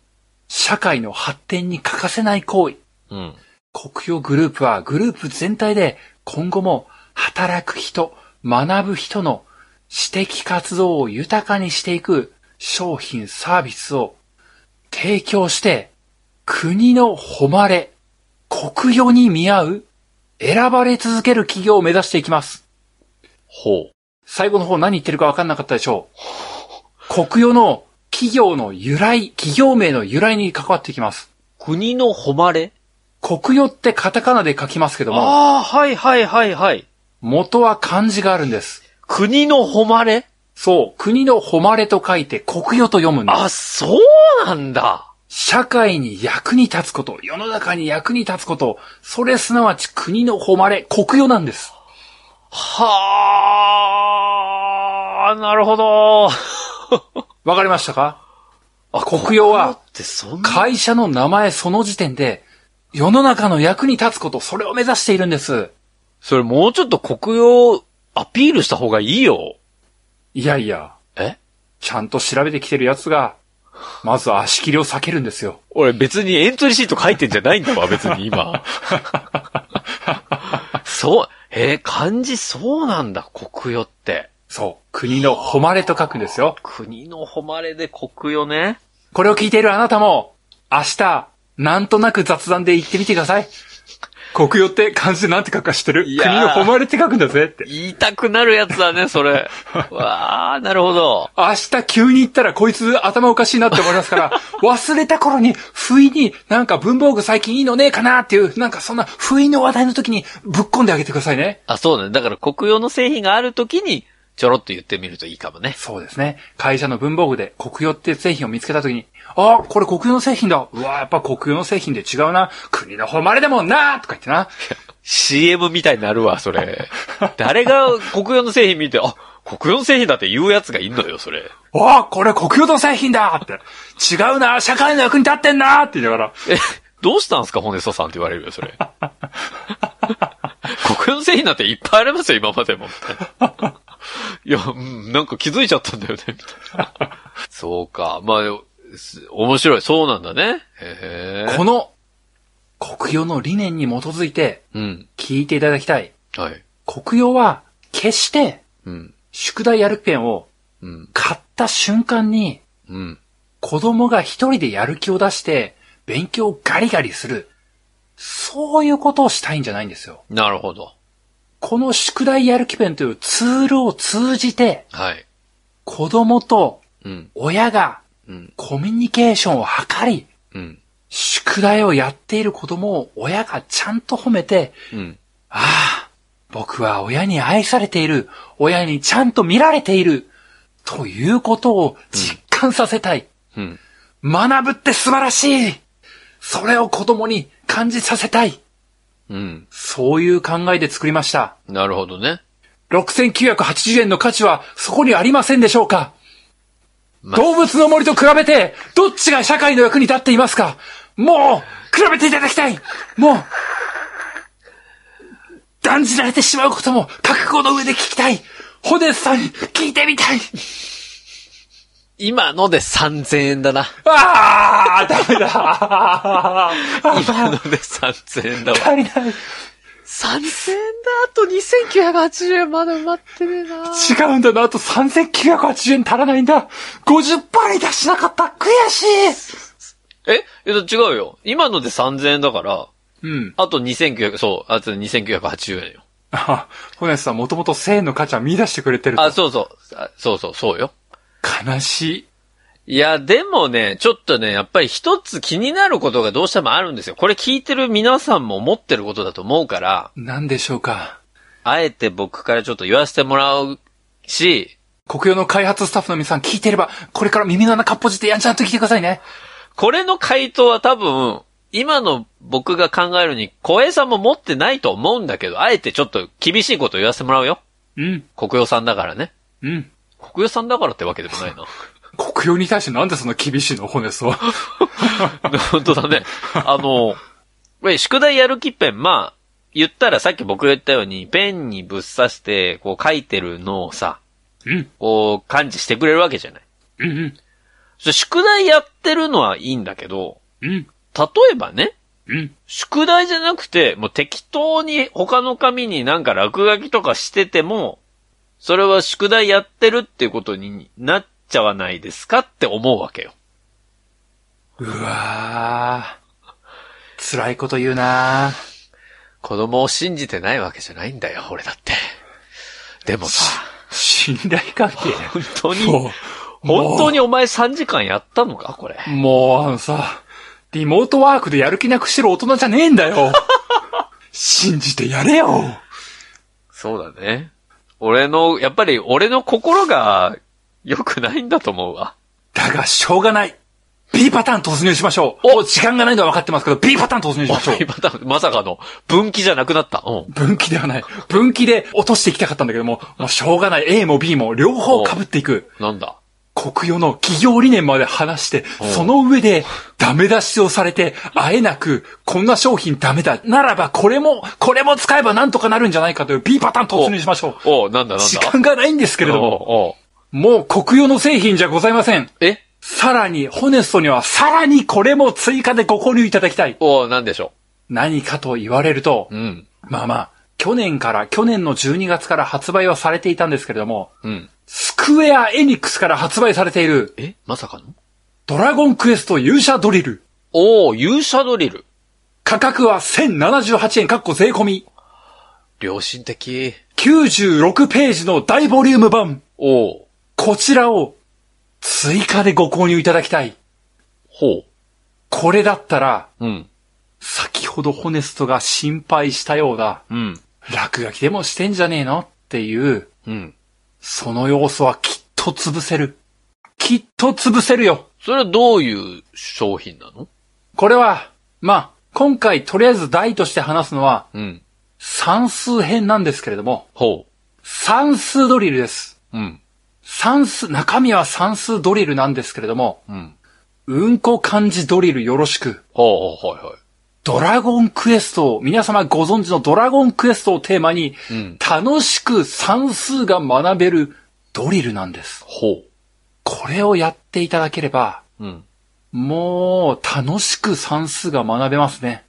社会の発展に欠かせない行為。
うん。
国用グループはグループ全体で今後も働く人、学ぶ人の私的活動を豊かにしていく商品サービスを提供して、国の誉れ、国誉に見合う、選ばれ続ける企業を目指していきます。
ほう。
最後の方何言ってるか分かんなかったでしょう。国誉の企業の由来、企業名の由来に関わってきます。
国の誉れ
国誉ってカタカナで書きますけども、
ああ、はいはいはいはい。
元は漢字があるんです。
国の誉れ
そう、国の誉れと書いて国誉と読むんです。
あ、そうなんだ。
社会に役に立つこと、世の中に役に立つこと、それすなわち国の誉れ、国誉なんです。
はあ、なるほど。
わかりましたか
あ、
国用は
ってそんな。
会社の名前その時点で、世の中の役に立つこと、それを目指しているんです。
それもうちょっと国用アピールした方がいいよ。
いやいや、
え
ちゃんと調べてきてる奴が、まず足切りを避けるんですよ。
俺別にエントリーシート書いてんじゃないんだわ、別に今。 [LAUGHS] そう、えー漢字そうなんだ、国用って。
そう、国の誉れと書くんですよ。
国の誉れで国用ね。
これを聞いているあなたも、明日、なんとなく雑談で言ってみてください。国用って漢字でなんて書くか知ってる
いやー
国の誉れって書くんだぜって。
言いたくなるやつだね、そ [LAUGHS] れ。わあ、なるほど。
明日急に行ったらこいつ頭おかしいなって思います
[LAUGHS]
から、忘れた頃に、不意になんか文房具最近いいのねえかなっていう、なんかそんな不意の話題の時にぶっこんであげてくださいね。
あ、そうね。だから国用の製品があるときに、ちょろっと言ってみるといいかもね。
そうですね。会社の文房具で国用って製品を見つけた時に、あ、これ国用の製品だ。うわ、やっぱ国用の製品で違うな。国の誉れだもんなとか言ってな。
CM みたいになるわ、それ。誰が国用の製品見て、あ、国用の製品だって言うやつがいんのよ、それ。
あ、これ国用の製品だって。違うな社会の役に立ってんなって言いながら。
え、どうしたんすか、骨粗さんって言われるよ、それ。 [LAUGHS] 国用の製品なんていっぱいありますよ、今までも。みたいないや、うん、なんか気づいちゃったんだよね、み [LAUGHS] たいな。そうか。まあ、す面白い。そうなんだね。へえ。
この、国用の理念に基づいて、
うん。
聞いていただきたい。
はい。
国用は、決して、
うん。
宿題やる気ペンを
うん。
買った瞬間に、
うん。
子供が一人でやる気を出して、勉強をガリガリする。そういうことをしたいんじゃないんですよ。
なるほど。
この宿題やる気ペンというツールを通じて、
はい。
子供と
うん。
親が
うん。
コミュニケーションを図り、
うん。
宿題をやっている子供を親がちゃんと褒めて、
うん。
ああ、僕は親に愛されている、親にちゃんと見られている、ということを実感させたい。
うん。
学ぶって素晴らしいそれを子供に感じさせたい
うん。
そういう考えで作りました。
なるほどね。
6980円の価値はそこにありませんでしょうか、
ま
動物の森と比べて、どっちが社会の役に立っていますかもう、比べていただきたいもう、断じられてしまうことも覚悟の上で聞きたいホデスさんに聞いてみたい
今ので3000円だな。
ああダメだ
今ので3000円だわ。
足りない
3000円だあと2980円まだ埋まってねえな
違うんだな。あと3980円足らないんだ。50払い出しなかった。悔しい。
ええっと違うよ。今ので3000円だから、
うん。
あと2900、そう、あと2980円よ。
[LAUGHS] あ、ホネスさんもともと1000円の価値は見出してくれてると
あ、そうそう。あそうそう、そうよ。
悲しい。
いや、でもね、ちょっとね、やっぱり一つ気になることがどうしてもあるんですよ。これ聞いてる皆さんも思ってることだと思うから、
なんでしょうか。
あえて僕からちょっと言わせてもらうし、
国用の開発スタッフの皆さん聞いてれば、これから耳の穴かっぽじってやんちゃんと聞いてくださいね。
これの回答は多分、今の僕が考えるに、小平さんも持ってないと思うんだけど、あえてちょっと厳しいこと言わせてもらうよ。
うん、
国用さんだからね。
うん。
国用さんだからってわけでもないな。
国用に対してなんでそんな厳しいの、ホネスは。
本当だね。あの、これ宿題やる気ペン、まあ、言ったらさっき僕が言ったように、ペンにぶっ刺して、こう書いてるのをさ、
うん、
こう感知してくれるわけじゃない。
うん、うん、
それ宿題やってるのはいいんだけど、
うん、
例えばね、
うん。
宿題じゃなくて、もう適当に他の紙になんか落書きとかしてても、それは宿題やってるっていうことになっちゃわないですかって思うわけよ。
うわー。辛いこと言うな
子供を信じてないわけじゃないんだよ、俺だって。でもさ、
信頼関
本当
係。
に、
もう、
本当にお前3時間やったのかこれ。
もう、あのさ、リモートワークでやる気なくしてる大人じゃねえんだよ。信じてやれよ。
そうだね。俺の、やっぱり俺の心が良くないんだと思うわ。。
だが、しょうがない。B パターン突入しましょう。お、時間がないのは分かってますけど、B パターン突入しましょう
また、まさかの分岐じゃなくなった。うん。
分岐ではない。分岐で落としていきたかったんだけども、もうしょうがない。A も B も両方被っていく。
なんだ。
国用の企業理念まで話して、その上でダメ出しをされて、あえなく、こんな商品ダメだ。ならば、これも、これも使えばなんとかなるんじゃないかという B パターン突入しましょう。
おうなんだなんだ。
時間がないんですけれど
お
も、
うおう
もう国用の製品じゃございません。
え
さらに、ホネストにはさらにこれも追加でご購入いただきたい。
おうなんでしょ
何かと言われると
う。、うん。
まあまあ、去年から、去年の12月から発売はされていたんですけれども、
うん。
スクエアエニックスから発売されている、
えまさかの
ドラゴンクエスト勇者ドリル。
おお勇者ドリル。
価格は1078円、かっこ税込み。
良心的。
96ページの大ボリューム版。
おう
こちらを追加でご購入いただきたい。
ほ
これだったら、
う。うん。
先ほどホネストが心配したような、
うん。
落書きでもしてんじゃねえのっていう、
うん。
その要素はきっと潰せる。きっと潰せるよ。
それはどういう商品なの
これは、まあ、今回とりあえず題として話すのは、
うん。
算数編なんですけれども、
ほ
算数ドリルです。
う。うん。
算数、中身は算数ドリルなんですけれども、
うん。
うんこ漢字ドリルよろしく、
ほうほう、はいはい。
ドラゴンクエストを、皆様ご存知のドラゴンクエストをテーマに、
うん
楽しく算数が学べるドリルなんです。
ほ
これをやっていただければ、
う。うん。
もう楽しく算数が学べますね。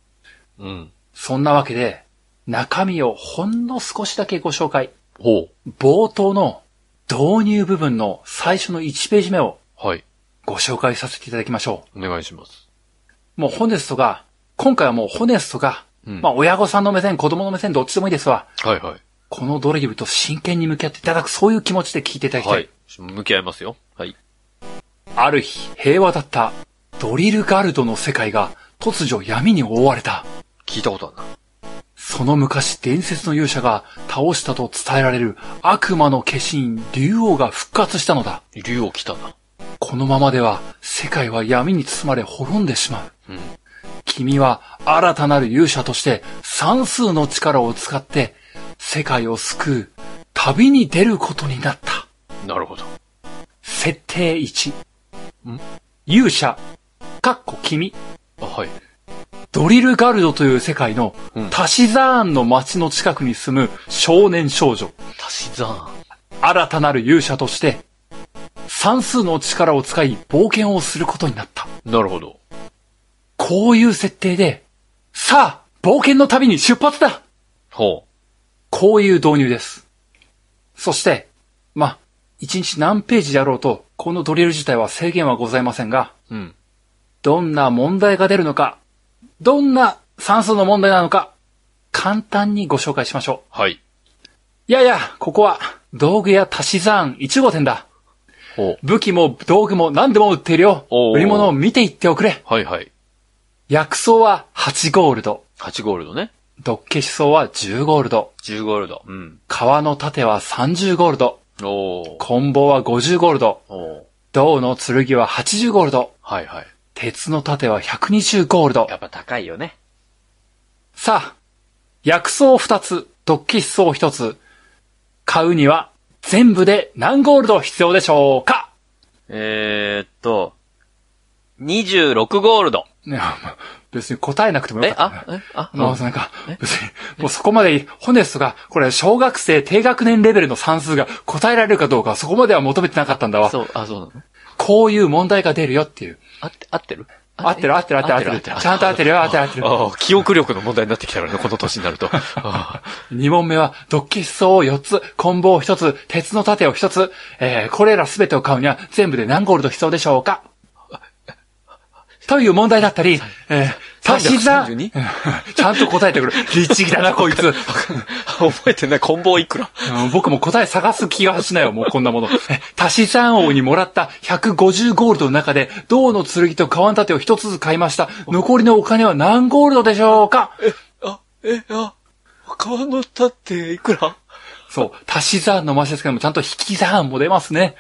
うん。
そんなわけで、中身をほんの少しだけご紹介。
ほ
冒頭の導入部分の最初の1ページ目を
う。はい。
ご紹介させていただきましょ
お願いします。
う。もうホネストが、今回はもうホネストが、
うん
まあ親御さんの目線、子供の目線、どっちでもいいですわ。
はいは
このドリルと真剣に向き合っていただく、そういう気持ちで聞いていただ
い。
きたい。
はい。向き合いますよ。はい。
ある日、平和だったドリルガルドの世界が突如闇に覆われた。
聞いたことあるな。
その昔伝説の勇者が倒したと伝えられる悪魔の化身竜王が復活したのだ。
竜を来たな。
このままでは世界は闇に包まれ滅んでしまう。
うん。
君は新たなる勇者として算数の力を使って世界を救う旅に出ることになった。
なるほど。
設定1
ん。
勇者、かっこ君、
あ、はい。
ドリルガルドという世界の
うん
タシザーンの町の近くに住む少年少女。
足し算。
新たなる勇者として、算数の力を使い冒険をすることになった。
なるほど。
こういう設定で、さあ、冒険の旅に出発だ
ほ
こういう導入です。そして、まあ、一日何ページであろうと、このドリル自体は制限はございませんが、
う。うん。
どんな問題が出るのか、どんな算数の問題なのか、簡単にご紹介しましょう。
はい。
いやいや、ここは、道具や足し算1号店だ。
ほう。
武器も道具も何でも売っているよ。
おー
売り物を見ていっておくれ。
はいはい。
薬草は8ゴールド。
8ゴールドね。
毒消し草は10ゴールド。
10ゴールド。うん。
皮の盾は30ゴールド。
おー。
棍棒は50ゴールド。
おー。
銅の剣は80ゴールド。
はいはい。
鉄の盾は120ゴールド
や。っぱ高いよね。
さあ、薬草2つ、毒消し草1つ。買うには、全部で何ゴールド必要でしょうか [LAUGHS]
えーっと、26ゴールド。
いや、まあ別に答えなくてもよ
え
か、った
あ、
な
え、あ、う
もうんなんか、別に、もうそこまで、ホネストが、これ、小学生低学年レベルの算数が答えられるかどうか、そこまでは求めてなかったんだわ。
そう、あ、そうなの
こういう問題が出るよっていう。
あって、合ってる
合ってる合ってる合ってる合ってる。ちゃんと合ってるよ、合ってる合ってる。
ああ、記憶力の問題になってきたらね、この年になる [LAUGHS] と。あ
2問目は、ドッキソを4つ、コンボを1つ、鉄の盾を1つ、えー、これらすべてを買うには全部で何ゴールド必要でしょうかという問題だったり、えー、足し算、
332
ちゃんと [LAUGHS] 答えてくる。律儀だな、こいつ。
あ覚えてない、こん棒いくら
うん僕も答え探す気がしないよ、もうこんなもの。え足し算王にもらった150ゴールドの中で、銅の剣と川の盾を一つずつ買いました。残りのお金は何ゴールドでしょうか
あ、え、あ、川の立っていくら
そう、足し算のマシですけども、ちゃんと引き算も出ますね。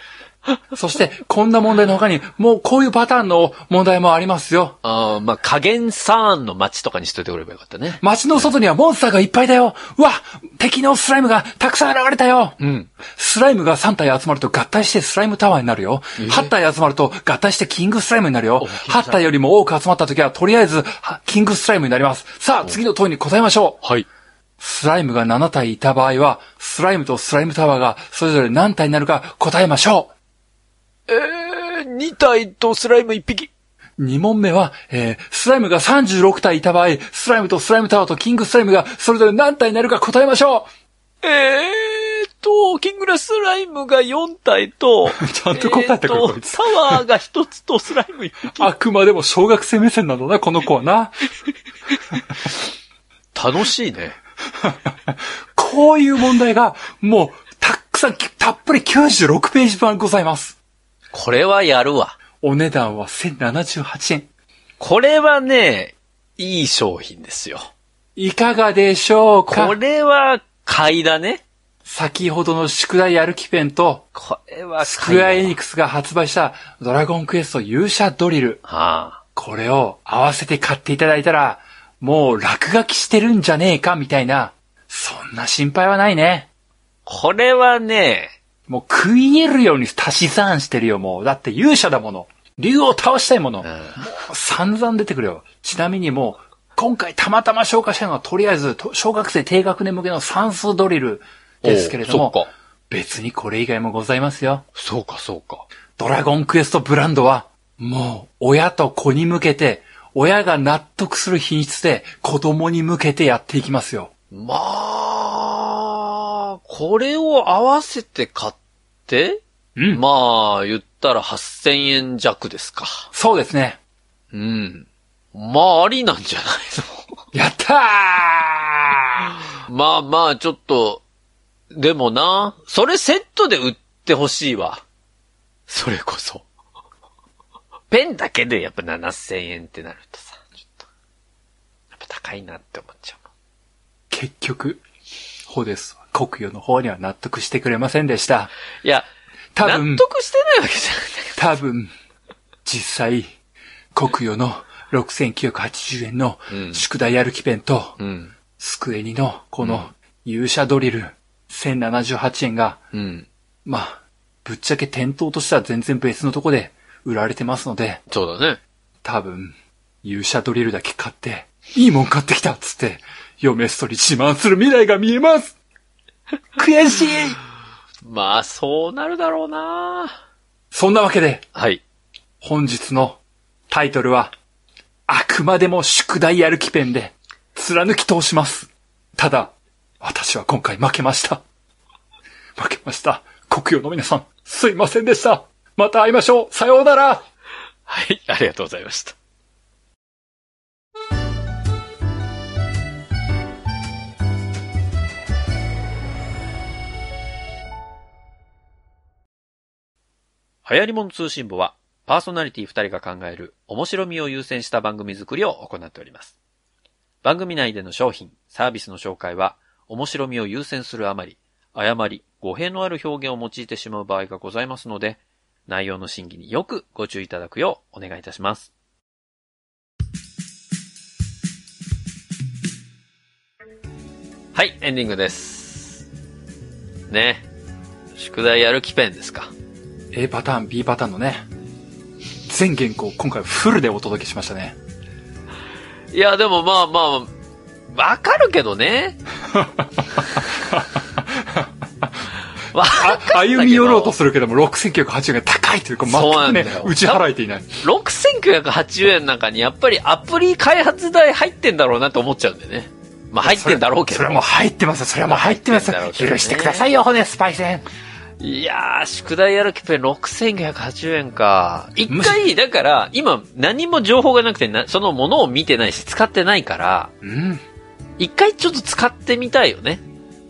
そして、こんな問題の他に、もうこういうパターンの問題もありますよ。
ああ、まあ、加減サーンの街とかにしといてくればよかったね。
街の外にはモンスターがいっぱいだようわ敵のスライムがたくさん現れたよ
うん。
スライムが3体集まると合体してスライムタワーになるよ。8体集まると合体してキングスライムになるよ。8体よりも多く集まった時は、とりあえず、はキングスライムになります。さあ、次の問いに答えましょう
はい。
スライムが7体いた場合は、スライムとスライムタワーがそれぞれ何体になるか答えましょ
えー、2体とスライム1匹。
う !2 問目は、えー、スライムが36体いた場合、スライムとスライムタワーとキングスライムがそれぞれ何体になるか答えましょ
えーと、キングラスライムが4体
[LAUGHS]
と、
ちゃんと答えてくる
えー
こいつ
とタワーが1つとスライム1匹
う。あくまでも小学生目線なんだな、この子はな。
楽しいね。
こういう問題が、もう、たっくさん、たっぷり96ページ分ございます。
これはやるわ。
お値段は1078円。
これはね、いい商品ですよ。
いかがでしょう
こ
か
れは買いだね。
先ほどの宿題やる気ペンと、
これは
スクエアエニ
に
ックスが発売したドラゴンクエスト勇者ドリル。
はあ、
これを合わせて買っていただいたら、もう落書きしてるんじゃねえかみたいな、そんな心配はないね。
これはね、
もう食い入るように足し算してるよ、もう。だって勇者だもの。竜を倒したいもの。散々出てくるよ。ちなみにもう、今回たまたま消化したのはとりあえず、と小学生低学年向けの算数ドリルですけれ
おう
ど
そっ
も
か、
別にこれ以外もございますよ。
そうか、そうか。
ドラゴンクエストブランドは、もう、親と子に向けて、親が納得する品質で、子供に向けてやっていきますよ。
まあ、これを合わせて買って、
うん。
まあ、言ったら8000円弱ですか。
そうですね。
うん。まあ、ありなんじゃない
やったー
の [LAUGHS] まあまあ、ちょっと、でもな、それセットで売ってほしいわ。それこそ。ペンだけでやっぱ7000円ってなるとさ、ちょっと、やっぱ高いなって思っちゃう。
結局、ホデスは国与の方には納得してくれませんでした。
いや、
多分
納得してないわけじゃないんだけ
多分、実際、国与の6980円の
うん
宿題やる気弁と、
ど。うん。
スクエニのこの勇者ドリル1078円が、
うん。
まあ、ぶっちゃけ店頭としては全然別のとこで売られてますので、
そうだね。
多分、勇者ドリルだけ買って、いいもん買ってきたっつって、嫁ストに自慢する未来が見えます悔しい
まあ、そうなるだろうな
そんなわけで、
はい。
本日のタイトルは、あくまでも宿題やる気ペンで、貫き通します。ただ、私は今回負けました。負けました。国用の皆さん、すいませんでした。また会いましょう。さようなら。
はい、ありがとうございました。流行り物通信部は、パーソナリティ2人が考える面白みを優先した番組作りを行っております。番組内での商品、サービスの紹介は、面白みを優先するあまり、誤り、語弊のある表現を用いてしまう場合がございますので、内容の審議によくご注意いただくようお願いいたします。はい、エンディングです。ね。宿題やる気ペンですか。
A パターン、B パターンのね、全原稿、今回フルでお届けしましたね。
いや、でもまあま
[LAUGHS]
あ、わかるけどね。わかったけど
歩み寄ろうとするけども、6980円が高いというか、
そうな
全く
んだ
ね
よ、
打ち払えていない。
6980円の中にやっぱりアプリ開発代入ってんだろうなって思っちゃうんだよね。まあ入ってんだろうけ
そ
ど
れ。はもう入ってますよ。それはもう入ってますよ
入っ。てんだろうけどね
許してくださいよ、骨スパイセン。
いやー、宿題やる気ペン6980円か。一回、だから、今何も情報がなくてな、そのものを見てないし使ってないから、
うん。
一回ちょっと使ってみたいよね。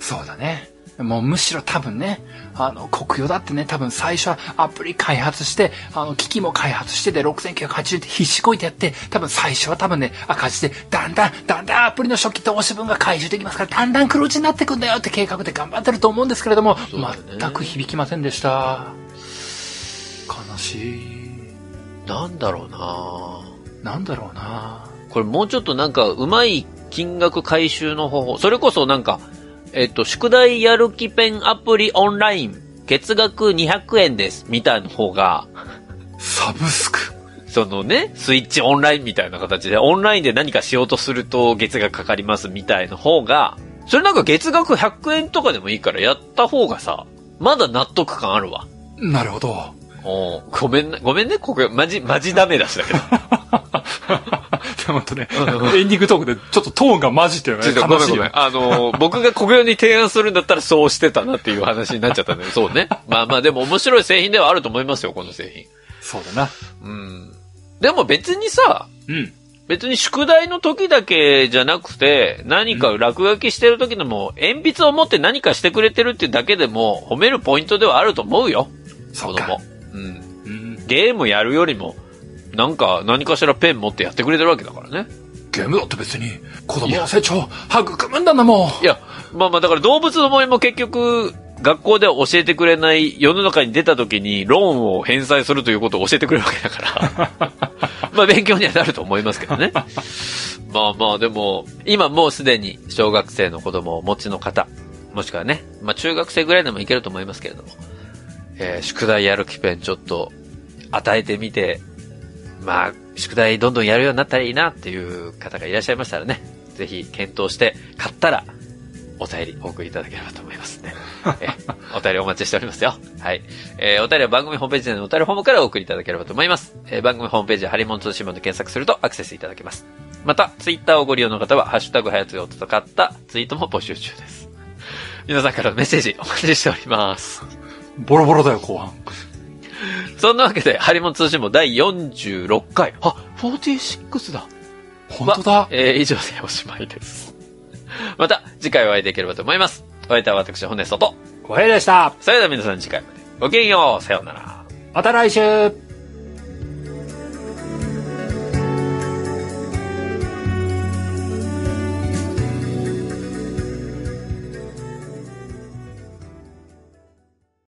そうだね。もうむしろ多分ね、あの、国用だってね、多分最初はアプリ開発して、あの、機器も開発してで6980円って必死こいてやって、多分最初は多分ね、赤字で、だんだん、だんだんアプリの初期投資分が回収できますから、だんだん黒字になってくんだよって計画で頑張ってると思うんですけれども、
そうだね
全く響きませんでした。悲しい。
なんだろうな
なんだろうな
これもうちょっとなんか、うまい金額回収の方法。それこそなんか、えっと、宿題やる気ペンアプリオンライン、月額200円です、みたいな方が、
サブスク。
そのね、スイッチオンラインみたいな形で、オンラインで何かしようとすると月額かかりますみたいな方が、それなんか月額100円とかでもいいからやった方がさ、まだ納得感あるわ。
なるほど。
おうごめんな、ごめんね、ここ、マジ、マジダメ出しだけど。
でもほんとね、エンディングトークでちょっとトーンが混じってるよ
[LAUGHS]
ね。
ちょっとごめん
悲しい
ご
よ
めん。あのー、僕が国用に提案するんだったらそうしてたなっていう話になっちゃったね。そうね。まあまあでも面白い製品ではあると思いますよ、この製
そうだな。
品。うん。でも別にさ、
うん。
別に宿題の時だけじゃなくて、何か落書きしてる時でも、鉛筆を持って何かしてくれてるっていうだけでも、褒めるポイントではあると思うよ。
そ
子
うか
供。うん。
うん。
ゲームやるよりも、なんか、何かしらペン持ってやってくれてるわけだからね。
ゲームだって別に、子供の成長、育むんだな、も
いや、まあまあ、だから動物の森も結局、学校では教えてくれない、世の中に出た時にローンを返済するということを教えてくれるわけだから。まあ勉強にはなると思いますけどね。まあまあでも、今もうすでに小学生の子供をお持ちの方、もしくはね、まあ中学生ぐらいでもいけると思いますけれども、えー宿題やる気ペンちょっと与えてみて、まあ、宿題どんどんやるようになったらいいなっていう方がいらっしゃいましたらね、ぜひ検討して買ったらお便りお送りいただければと思いますね。えお便りお待ちしておりますよ。はい。えーお便りは番組ホームページのお便りフォームからお送りいただければと思います。えー番組ホームページはハリモン通信簿で検索するとアクセスいただけます。また、ツイッターをご利用の方は、ハッシュタグはやつよと戦ったツイートも募集中です。皆さんからのメッセージお待ちしております。
う。ボロボロだよ、後半。
そんなわけで、ハリモン通信簿第46回。あ、46だ。
本当だ。
えー以上でおしまいです。また、次回お会いできればと思います。お会いいたい私、骨外。
おやでした。
それでは皆さん次回まで。ごきげんよう。さようなら。
また来週。